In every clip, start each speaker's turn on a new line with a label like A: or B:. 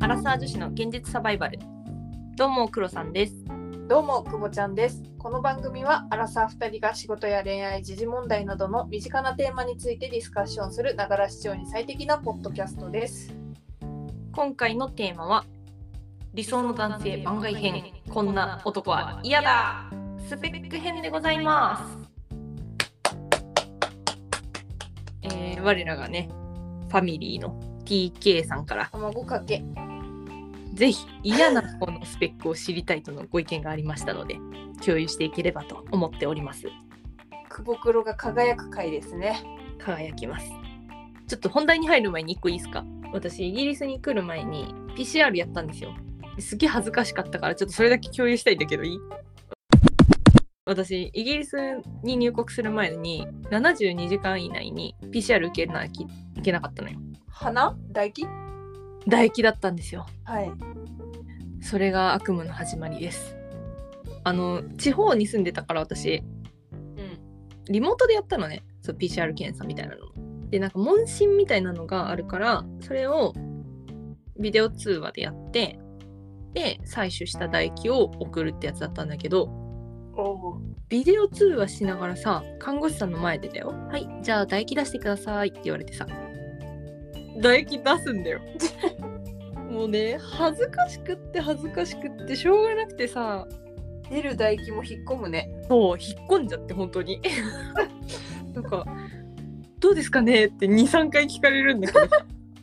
A: ラサー女子の現実サバイバルどうも黒さんです
B: どうも、くぼちゃんです。この番組は、アラサー2人が仕事や恋愛、時事問題などの身近なテーマについてディスカッションする、ながら視聴に最適なポッドキャストです。
A: 今回のテーマは理想の男性番外編こんな男は嫌だスペック編でございますえー、我らがねファミリーの TK さんから
B: 卵かけ。
A: ぜひ嫌な方のスペックを知りたいとのご意見がありましたので共有していければと思っております
B: くぼくろが輝く回ですね。
A: 輝きますちょっと本題に入る前に1個いいですか私イギリスに来る前に PCR やったんですよすげえ恥ずかしかったからちょっとそれだけ共有したいんだけどいい私イギリスに入国する前に72時間以内に PCR 受けなきいけなかったのよ
B: 花唾液
A: 唾液だったんですよ
B: はい。
A: それが悪夢の始まりですあの地方に住んでたから私
B: うん。
A: リモートでやったのねそう PCR 検査みたいなのもでなんか問診みたいなのがあるからそれをビデオ通話でやってで採取した唾液を送るってやつだったんだけど
B: おお。
A: ビデオ通話しながらさ看護師さんの前でだよ「はいじゃあ唾液出してください」って言われてさ唾液出すんだよもうね恥ずかしくって恥ずかしくってしょうがなくてさ
B: 出る唾液も引っ込むね。
A: そう引っ込んじゃって本当に なんか「どうですかね?」って23回聞かれるんだけども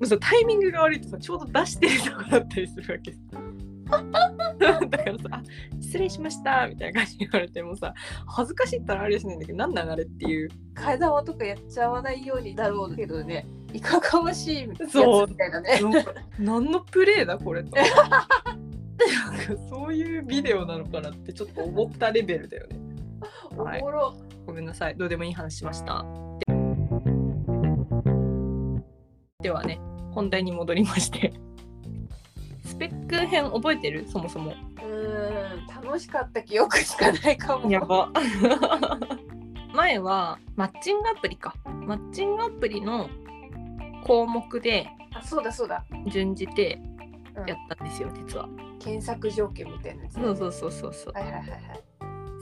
A: うさタイミングが悪いとさちょうど出してるとこだったりするわけさだからさあ「失礼しました」みたいな感じで言われてもさ恥ずかしいったらあれしないんだけど何なんあれっていう
B: 替え玉とかやっちゃわないようにだろうけどね。いかがわしいやつ
A: そう
B: みたいなね。
A: 何のプレーだこれとなんかそういうビデオなのかなってちょっと思ったレベルだよね
B: おもろ。
A: ごめんなさい、どうでもいい話しました。ではね、本題に戻りまして。スペック編覚えてるそもそも。
B: うーん。楽しかった記憶しかないかも。
A: ば。 前はマッチングアプリか。マッチングアプリの項目で
B: あ、そうだそうだ。
A: 順じて
B: うん
A: やったんですよ、実は。
B: 検索条件みたいなやつ。
A: そうそうそうそうそう。
B: はいはいはいはい。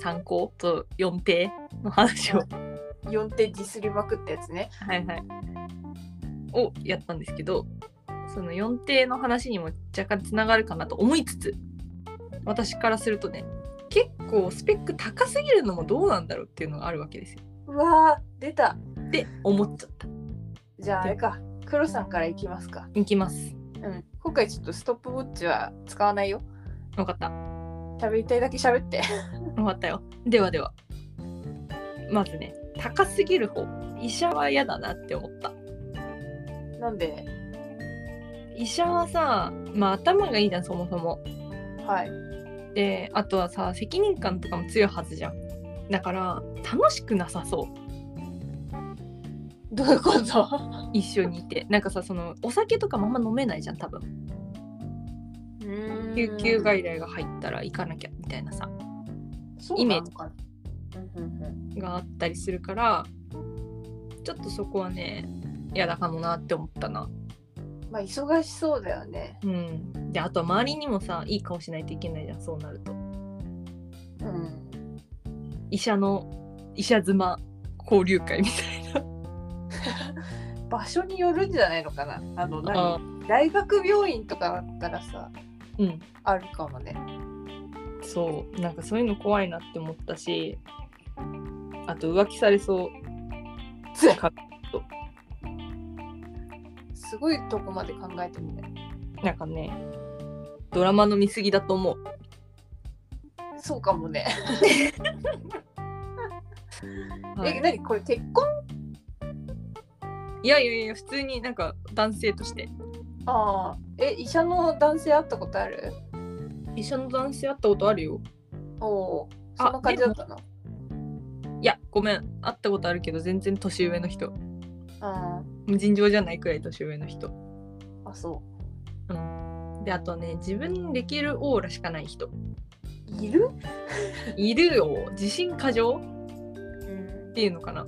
A: 参考と4定の話を。
B: 4手ディスりまくったやつね。
A: はいはい、をやったんですけどその4艇の話にも若干つながるかなと思いつつ私からするとね結構スペック高すぎるのもどうなんだろうっていうのがあるわけですよ
B: うわー、出た。
A: って思っちゃった
B: じゃああれか。黒さんからいきますか。
A: いきます
B: うん。今回ちょっとストップウォッチは使わないよ。
A: 分かった分
B: 喋りたいだけ喋って。
A: かったよではではまずね高すぎる方医者は嫌だなって思った
B: なんで、
A: 医者はさまあ頭がいいじゃんそもそも
B: はい。
A: であとはさ責任感とかも強いはずじゃんだから楽しくなさそう
B: どういうこと
A: 一緒にいてなんかさそのお酒とかもあんま飲めないじゃん多分救急
B: が
A: 外来が入ったら行かなきゃみたいなさ
B: そうなのかな。うんうんうん
A: があったりするからちょっとそこはね嫌だかもなって思ったな
B: まあ忙しそうだよね。
A: うんであとは周りにもさいい顔しないといけないじゃんそうなると
B: うん。
A: 医者の医者妻交流会みたい
B: 場所によるんじゃないのかな。あの、
A: な
B: 何大学病院とかだったらさ、
A: うん
B: あるかもね。
A: そうなんかそういうの怖いなって思ったしあと浮気されそう
B: つ
A: か
B: すごいとこまで考えてみない。
A: なんかねドラマの見過ぎだと思う
B: そうかもね。
A: はい
B: え、何これ結婚
A: いやいやいや普通になんか男性として
B: ああ。え、医者の男性会ったことある
A: 医者の男性会ったことあるよ
B: おお。
A: あ
B: そんな感じだったの
A: いやごめん会ったことあるけど全然年上の人
B: あ
A: 尋常じゃないくらい年上の人
B: あ。あ、そ
A: うんであとね自分にできるオーラしかない人
B: う。いる
A: いるよ自信過剰っていうのかな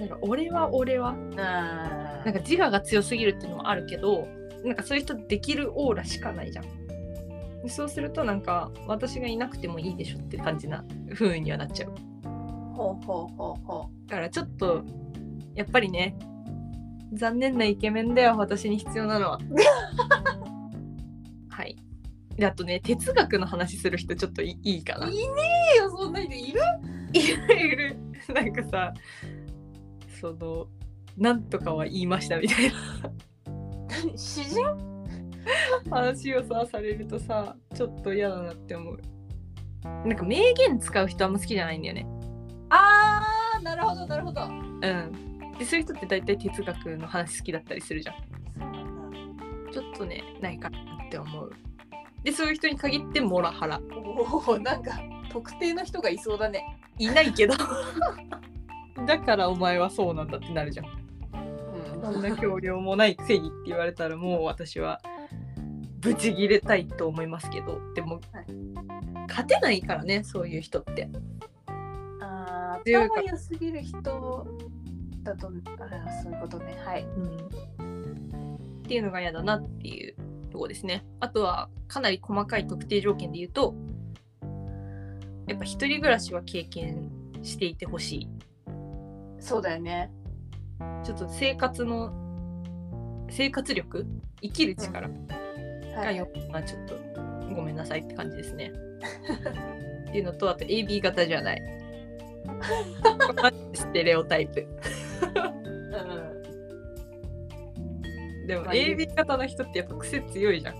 A: なんか俺は俺は
B: な
A: なんか自我が強すぎるっていうのもあるけどなんかそういう人できるオーラしかないじゃん。でそうするとなんか私がいなくてもいいでしょって感じな風にはなっちゃう。
B: ほうほうほうほ
A: だからちょっとやっぱりね残念なイケメンだよ私に必要なの は。はい。であとね哲学の話する人ちょっといいいかな。
B: いいいよそんな人いる
A: いる なんかさそのなんとかは言いましたみたいな
B: 詩人
A: 話をさされるとさちょっと嫌だなって思うなんか名言使う人あんま好きじゃないんだよね
B: あーなるほどなるほど
A: うんでそういう人って大体哲学の話好きだったりするじゃんちょっとねないかなって思うでそういう人に限ってモラハラ
B: おおなんか特定の人がいそうだね
A: いないけ どだからお前はそうなんだってなるじゃん
B: うん
A: そんな教養もないくせにって言われたらもう私はブチギレたいと思いますけどでも、
B: はい
A: 勝てないからねそういう人って
B: あ
A: ていう
B: ー
A: か
B: 頭良すぎる人だとあーそういうことねはい
A: っていうのが嫌だなっていうとこですね。あとはかなり細かい特定条件で言うとやっぱ一人暮らしは経験していてほしい
B: そうだよね
A: ちょっと生活の生活力生きる力
B: は
A: が
B: い
A: よ、まあ、ちょっとごめんなさいって感じです ね。っていうのとあと AB 型じゃない。ステレオタイプ。
B: うん、
A: でも
B: まあいい
A: AB 型の人ってやっぱ癖強いじゃん。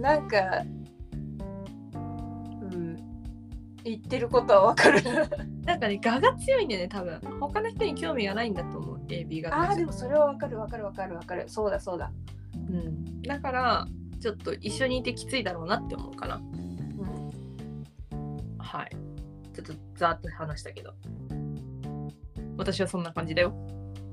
B: なんかうん言ってることはわかる
A: なんかね、我が強いんだよね、多分。他の人に興味がないんだと思う、AB 型の
B: あ
A: 人
B: ーでもそれはわかるわかるわかるわかるそうだそうだ、
A: うん、だから、ちょっと一緒にいてきついだろうなって思うかな。
B: うん、
A: はい。ちょっとざーっと話したけど。私はそんな感じだよ。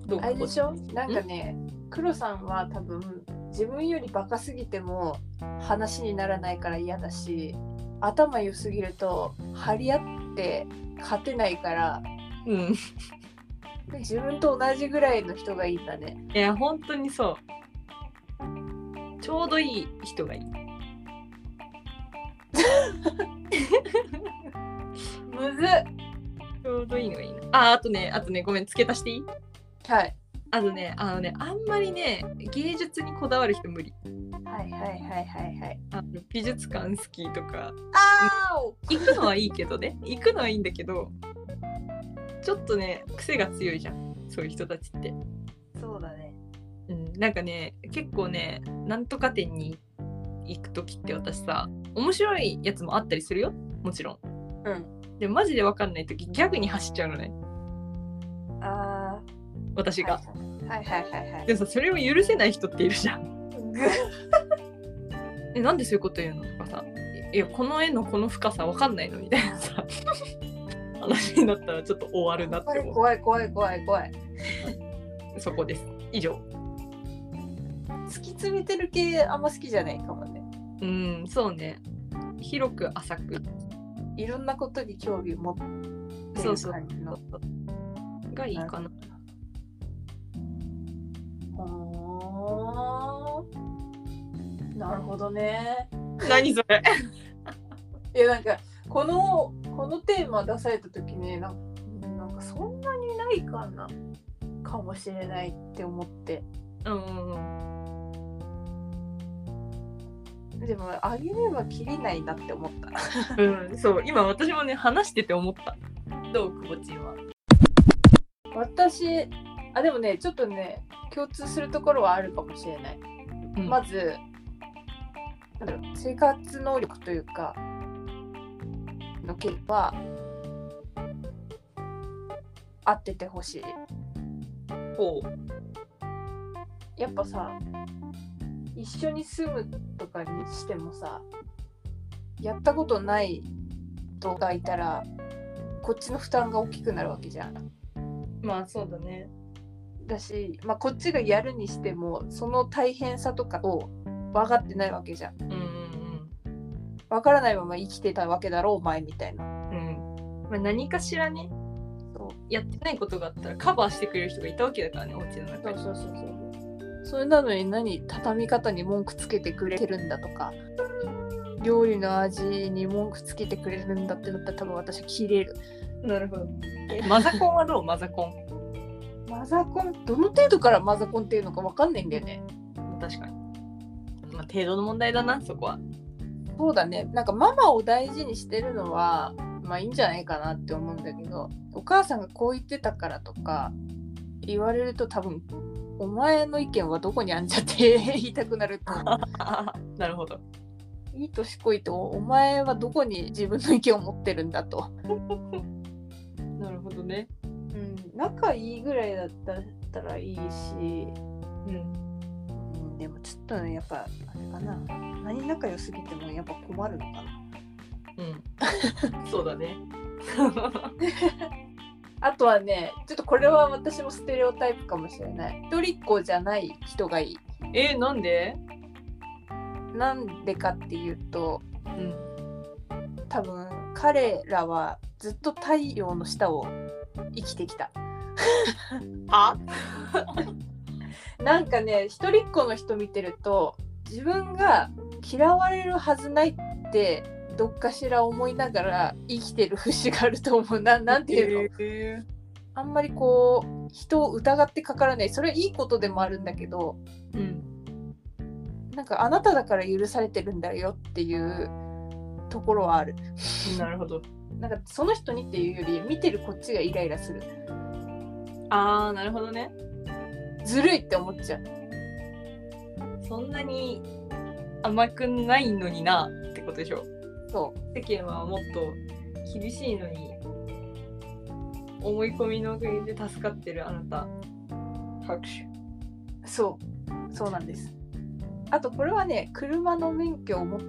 A: どう
B: あれでしょなんかね黒さんは多分自分よりバカすぎても話にならないから嫌だし頭良すぎると張り合って勝てないから
A: うん。
B: で自分と同じぐらいの人がいいんだね。
A: いや本当にそうちょうどいい人がいい
B: むずっ
A: ちょうどいいのがいいなああとねあとねごめん付け足していい
B: はい。
A: あとねあのねあんまりね芸術にこだわる人無理
B: はいはいはいはいはい。
A: あの美術館好きとか
B: あーお
A: 行くのはいいけどね行くのはいいんだけどちょっとね癖が強いじゃんそういう人たちって、
B: そうだね。
A: うん、なんかね結構ねなんとか店に行く時って私さ面白いやつもあったりするよもちろん
B: うん。
A: でもマジで分かんない時ギャグに走っちゃうのね
B: あ
A: 私が、
B: ーはいはいはいはい。
A: でもさそれを許せない人っているじゃん
B: ぐ
A: えなんでそういうこと言うのとかさいやこの絵のこの深さ分かんないのみたいなさ話になったらちょっと終わ るなっ
B: こ
A: て
B: れ
A: 思
B: 怖い怖い怖い怖い。
A: うそこです以上
B: 突き詰めてる系あんま好きじゃないかもね。
A: うんそうね広く浅く
B: いろんなことに興味持ってる
A: そうそう
B: 感じの。
A: がいいかな
B: ほーなるほどね。
A: 何それ
B: いやなんかこのこのテーマ出された時になんかなんかそんなにないかなかもしれないって思って
A: うんうんうん
B: でもあげればきりないなって思った
A: うんそう今私もね話してて思ったどうくぼちんは
B: 私あでもねちょっとね共通するところはあるかもしれない、
A: うん
B: まずなんだろう生活能力というかの件は合っててほしい
A: こう
B: やっぱさ一緒に住むとかにしてもさやったことない人がいたらこっちの負担が大きくなるわけじゃん。
A: まあそうだね
B: だし、まあ、こっちがやるにしてもその大変さとかを分かってないわけじゃん。
A: うん
B: 分からないまま生きてたわけだろうお前みたいな。
A: うんうんうんまあ何かしらね
B: そう
A: やってないことがあったらカバーしてくれる人がいたわけだからねお家の中
B: そ
A: に
B: うそうそうそう。それなのに何畳み方に文句つけてくれてるんだとか料理の味に文句つけてくれるんだってなったら多分私は切れる
A: なるほど。マザコンはどうマザコン。
B: マザコンどの程度からマザコンっていうのか分かんないんだよね
A: 確かに。まあ、程度の問題だな、そこは。
B: そうだねなんかママを大事にしてるのはまあいいんじゃないかなって思うんだけどお母さんがこう言ってたからとか言われると多分お前の意見はどこにあんじゃって 言いたくなると
A: なるほど。
B: いい年こいとお前はどこに自分の意見を持ってるんだと、
A: なるほどね。
B: うん、仲いいぐらいだったらいいし
A: うん。
B: うんでもちょっとねやっぱあれかな何仲良すぎてもやっぱ困るのかな
A: うん。そうだ ね。
B: あとはねちょっとこれは私もステレオタイプかもしれない一人っ子じゃない人がいい
A: えー、なんで
B: なんでかっていうと
A: うん。
B: 多分彼らはずっと太陽の下を生きてきた
A: あ
B: なんかね一人っ子の人見てると自分が嫌われるはずないってどっかしら思いながら生きてる節があると思うななんていうの、
A: え
B: あんまりこう人を疑ってかからないそれはいいことでもあるんだけど
A: ーうん。
B: なんかあなただから許されてるんだよっていうところはある
A: なるほど。
B: なんかその人にっていうより見てるこっちがイライラする
A: ああ、なるほどね。
B: ずるいって思っちゃう
A: そんなに甘くないのになってことでしょ。
B: そう
A: 世間はもっと厳しいのに思い込みのおかげで助かってるあなた拍手
B: そうそうなんですあとこれはね車の免許を持っ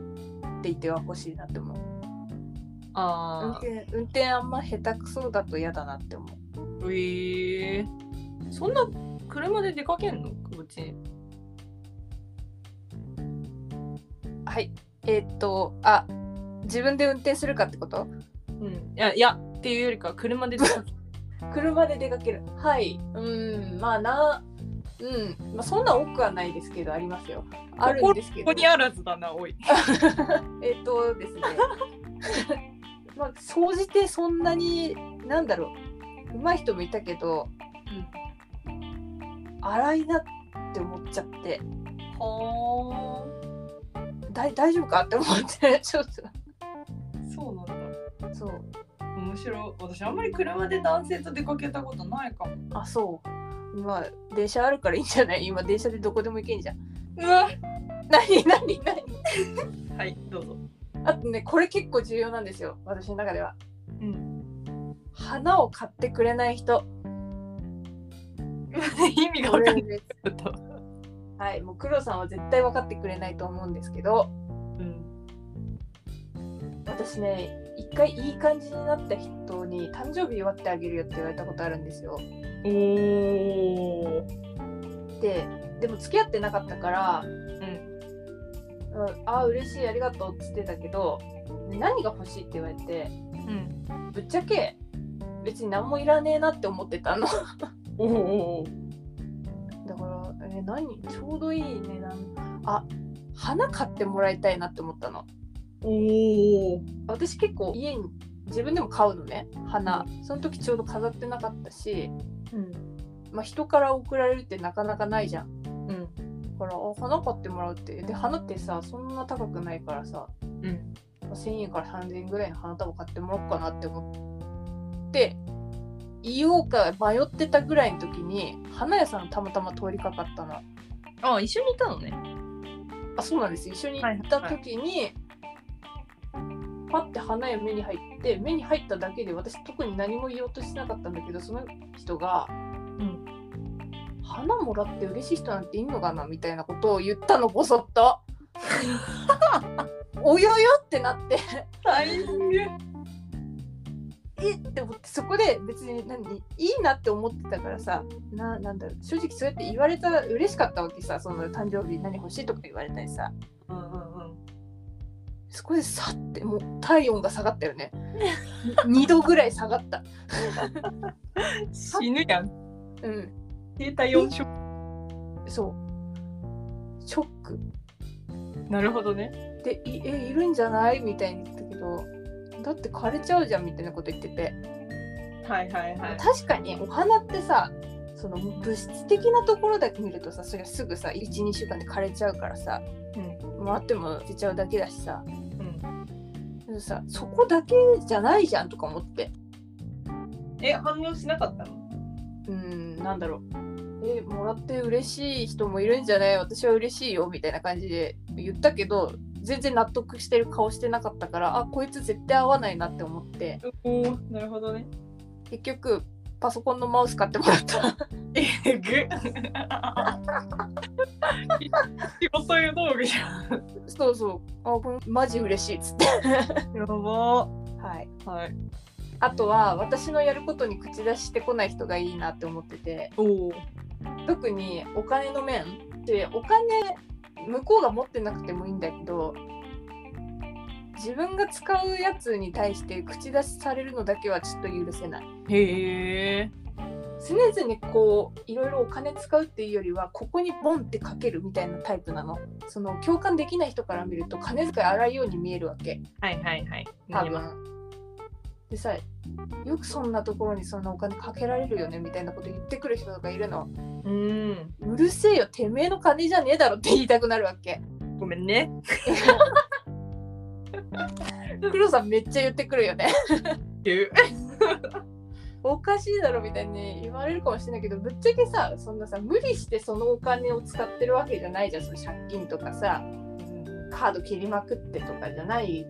B: ていては欲しいなって思う運
A: あ
B: 転運転あんま下手くそだと嫌だなって思う
A: ーえー、そんな車で出かけんのこっち
B: はいえーっとあ自分で運転するかってこと
A: うんいやいやっていうよりかは車で出かけ
B: 車で出かけるはいうんまあなうん、まあ、そんな多くはないですけどありますよあるんですけ
A: ここ
B: ど
A: にあらずだなおい
B: えっとですね まあ総じてそんなになんだろう上手い人もいたけど、荒いなって思っちゃって
A: は
B: だ大丈夫かって思って ちょっ
A: あそうなんだ
B: とそう
A: 面白い私あんまり車で男性と出かけたことないかも
B: あそうまあ電車あるからいいんじゃない今電車でどこでも行けんじゃん
A: うわ
B: 何何何
A: はいどうぞ
B: あとねこれ結構重要なんですよ私の中では
A: うん
B: 花を買ってくれない人
A: 意味が
B: こ
A: 分か
B: れ
A: んない
B: ね
A: ちょっと
B: はいもう黒さんは絶対分かってくれないと思うんですけど
A: うん
B: 私ね一回いい感じになった人に誕生日祝ってあげるよって言われたことあるんですよ
A: おお
B: ででも付き合ってなかったから
A: うん
B: 「うん、ああ嬉しいありがとう」っつってたけど「何が欲しい?」って言われて
A: うん
B: ぶっちゃけ別に何もいらねえなって思ってたの だか
A: おうおうおう
B: ら「え何ちょうどいい値段あ花買ってもらいたいなって思ったの
A: おお
B: 私結構家に自分でも買うのね花その時ちょうど飾ってなかったし、
A: うん
B: まあ、人から送られるってなかなかないじゃん
A: うん
B: だからあ花買ってもらうってで花ってさそんな高くないからさ
A: うん
B: まあ1000円から3000円ぐらいの花束買ってもらおうかなって思って言おうか迷ってたぐらいの時に花屋さんたまたま通りかかったの
A: あ一緒にいたのね
B: あそうなんです一緒に行った時に、パッて花屋目に入って目に入っただけで私特に何も言おうとしてなかったんだけどその人が
A: うん
B: 「花もらって嬉しい人なんていんのかな?」みたいなことを言ったのボソッと。およよってなって
A: 大変
B: えって思ってそこで別に何いいなって思ってたからさななんだろう正直そうやって言われたら嬉しかったわけさその誕生日何欲しいとか言われたりさ
A: うんうん
B: そこでさってもう体温が下がった よね2度ぐらい下がった
A: うん死ぬやん
B: うん
A: 低体温症
B: そうショック
A: なるほどね
B: でいえいるんじゃないみたいに言ったけどだって枯れちゃうじゃんみたいなこと言ってて
A: はいはいはい
B: 確かにお花ってさその物質的なところだけ見るとさそれはすぐさ12週間で枯れちゃうからさ
A: うん
B: 回っても出ちゃうだけだしさ
A: うん
B: でもさそこだけじゃないじゃんとか思って
A: え反応しなかったの
B: うーんなんだろうえもらって嬉しい人もいるんじゃない私は嬉しいよみたいな感じで言ったけど全然納得してる顔してなかったからあこいつ絶対合わないなって思って
A: おおなるほどね
B: 結局パソコンのマウス買ってもらった
A: えぐ 仕事用道具じゃん
B: そうそうあこれマジ嬉しいっつって
A: やば
B: はい
A: はい
B: あとは私のやることに口出ししてこない人がいいなって思ってて
A: おお
B: 特にお金の面でお金向こうが持ってなくてもいいんだけど自分が使うやつに対して口出しされるのだけはちょっと許せない
A: へえ
B: 常々こういろいろお金使うっていうよりはここにボンってかけるみたいなタイプなのその共感できない人から見ると金遣い荒いように見えるわけ
A: はいはいはい
B: 多分でさよくそんなところにそんなお金かけられるよねみたいなこと言ってくる人とかいるの
A: うん
B: うるせえよてめえの金じゃねえだろって言いたくなるわけ
A: ごめんね
B: 黒さんめっちゃ言ってくるよね
A: ゆ
B: おかしいだろみたいに言われるかもしれないけどぶっちゃけさそんなさ無理してそのお金を使ってるわけじゃないじゃんその借金とかさカード切りまくってとかじゃない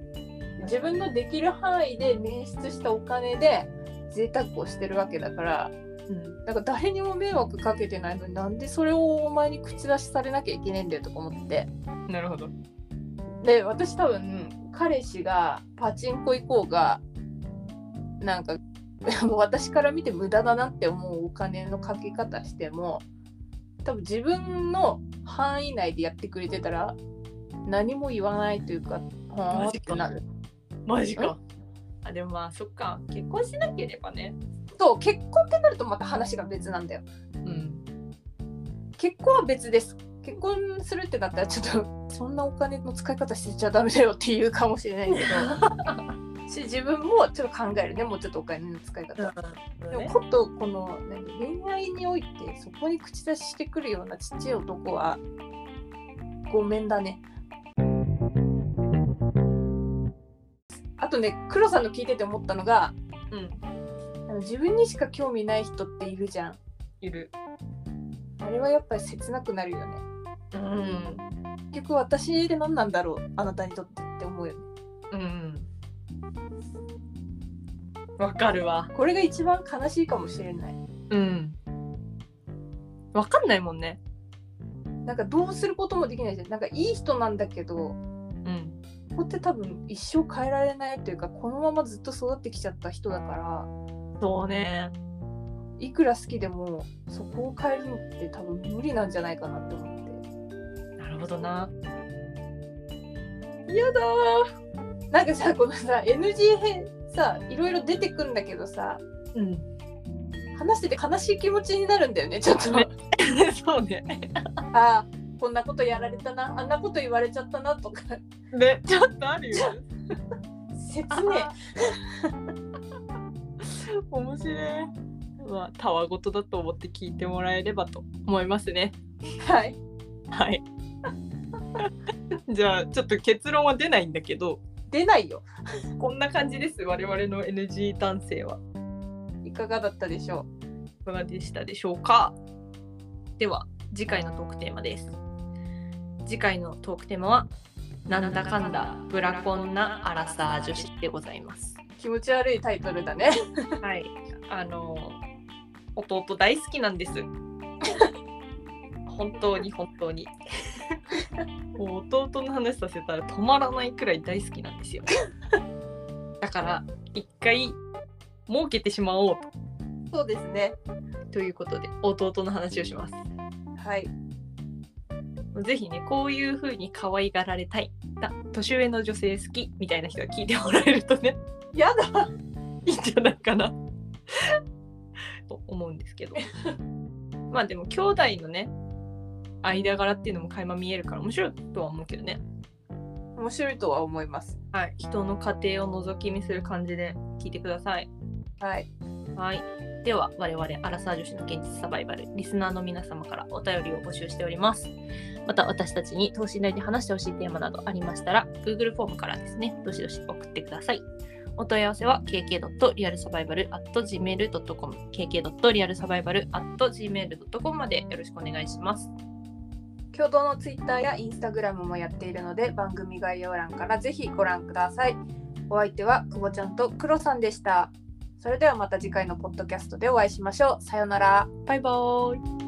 B: 自分のできる範囲で捻出したお金で贅沢をしてるわけだから
A: うん
B: なんか誰にも迷惑かけてないのになんでそれをお前に口出しされなきゃいけねえんだよとか思って
A: なるほど
B: で私多分彼氏がパチンコ行こうがなんか もう私から見て無駄だなって思うお金のかけ方しても多分自分の範囲内でやってくれてたら何も言わないというかはー
A: マ
B: っ
A: ジ
B: て
A: か
B: なる
A: マジかあでもまあそっか結婚しなければね
B: そう結婚ってなるとまた話が別なんだよ
A: うん
B: 結婚は別です結婚するってなったらちょっとそんなお金の使い方してちゃダメだよって言うかもしれないけ どし自分もちょっと考えるねもうちょっとお金の使い方、でもことこの何恋愛においてそこに口出ししてくるようなちっちゃい男はごめんだねあとね黒さんの聞いてて思ったのが
A: うん
B: あの自分にしか興味ない人っているじゃん
A: いる
B: あれはやっぱり切なくなるよね
A: うん
B: 結局私って何なんだろうあなたにとってって思うよね
A: うんわかるわ
B: これが一番悲しいかもしれない
A: うんわかんないもんね
B: なんかどうすることもできないじゃんなんかいい人なんだけど
A: うん
B: ここって多分一生変えられないというかこのままずっと育ってきちゃった人だから
A: そうね
B: いくら好きでもそこを変えるのって多分無理なんじゃないかなって思って
A: なるほどなやだー
B: なんかさこのさ NG 編さいろいろ出てくんだけどさ
A: うん
B: 話してて悲しい気持ちになるんだよねちょっと
A: そうね
B: ああこんなことやられたなあんなこと言われちゃったなとか
A: ねちょっとあるよ
B: 切ねえ
A: あ 面白いまあたわごとだと思って聞いてもらえればと思いますね
B: はい。
A: はい じゃあちょっと結論は出ないんだけど
B: 出ないよ。
A: こんな感じです我々の NG 男性はい
B: かがだったでしょ
A: いかがでしたでしょうかでは次回のトークテーマです次回のトークテーマはなんだかんだブラコンなアラサー女子でございます
B: う。気持ち悪いタイトルだね。
A: はいあの弟大好きなんです本当に本当にもう弟の話させたら止まらないくらい大好きなんですよだから一回儲けてしまおう
B: そうですね。
A: ということで弟の話をします
B: はい。
A: ぜひね、こういう風に可愛がられたい。だ年上の女性好きみたいな人が聞いてもらえるとね、
B: やだ。
A: いいんじゃないかな と思うんですけど。まあでも、兄弟のね、間柄っていうのも垣間見えるから面白いとは思うけどね、
B: 面白いとは思います。
A: はい、人の家庭を覗き見する感じで聞いてください。
B: はい。
A: はい。では我々アラサー女子の現実サバイバルリスナーの皆様からお便りを募集しておりますまた私たちに等身大で話してほしいテーマなどありましたら Google フォームからですねどしどし送ってくださいお問い合わせは kk.realsurvival.gmail.com kk.realsurvival.gmail.com までよろしくお願いします
B: 共同のツイッターやインスタグラムもやっているので番組概要欄からぜひご覧ください。お相手は久保ちゃんとクロさんでした。それではまた次回のポッドキャストでお会いしましょう。さようなら。
A: バイバーイ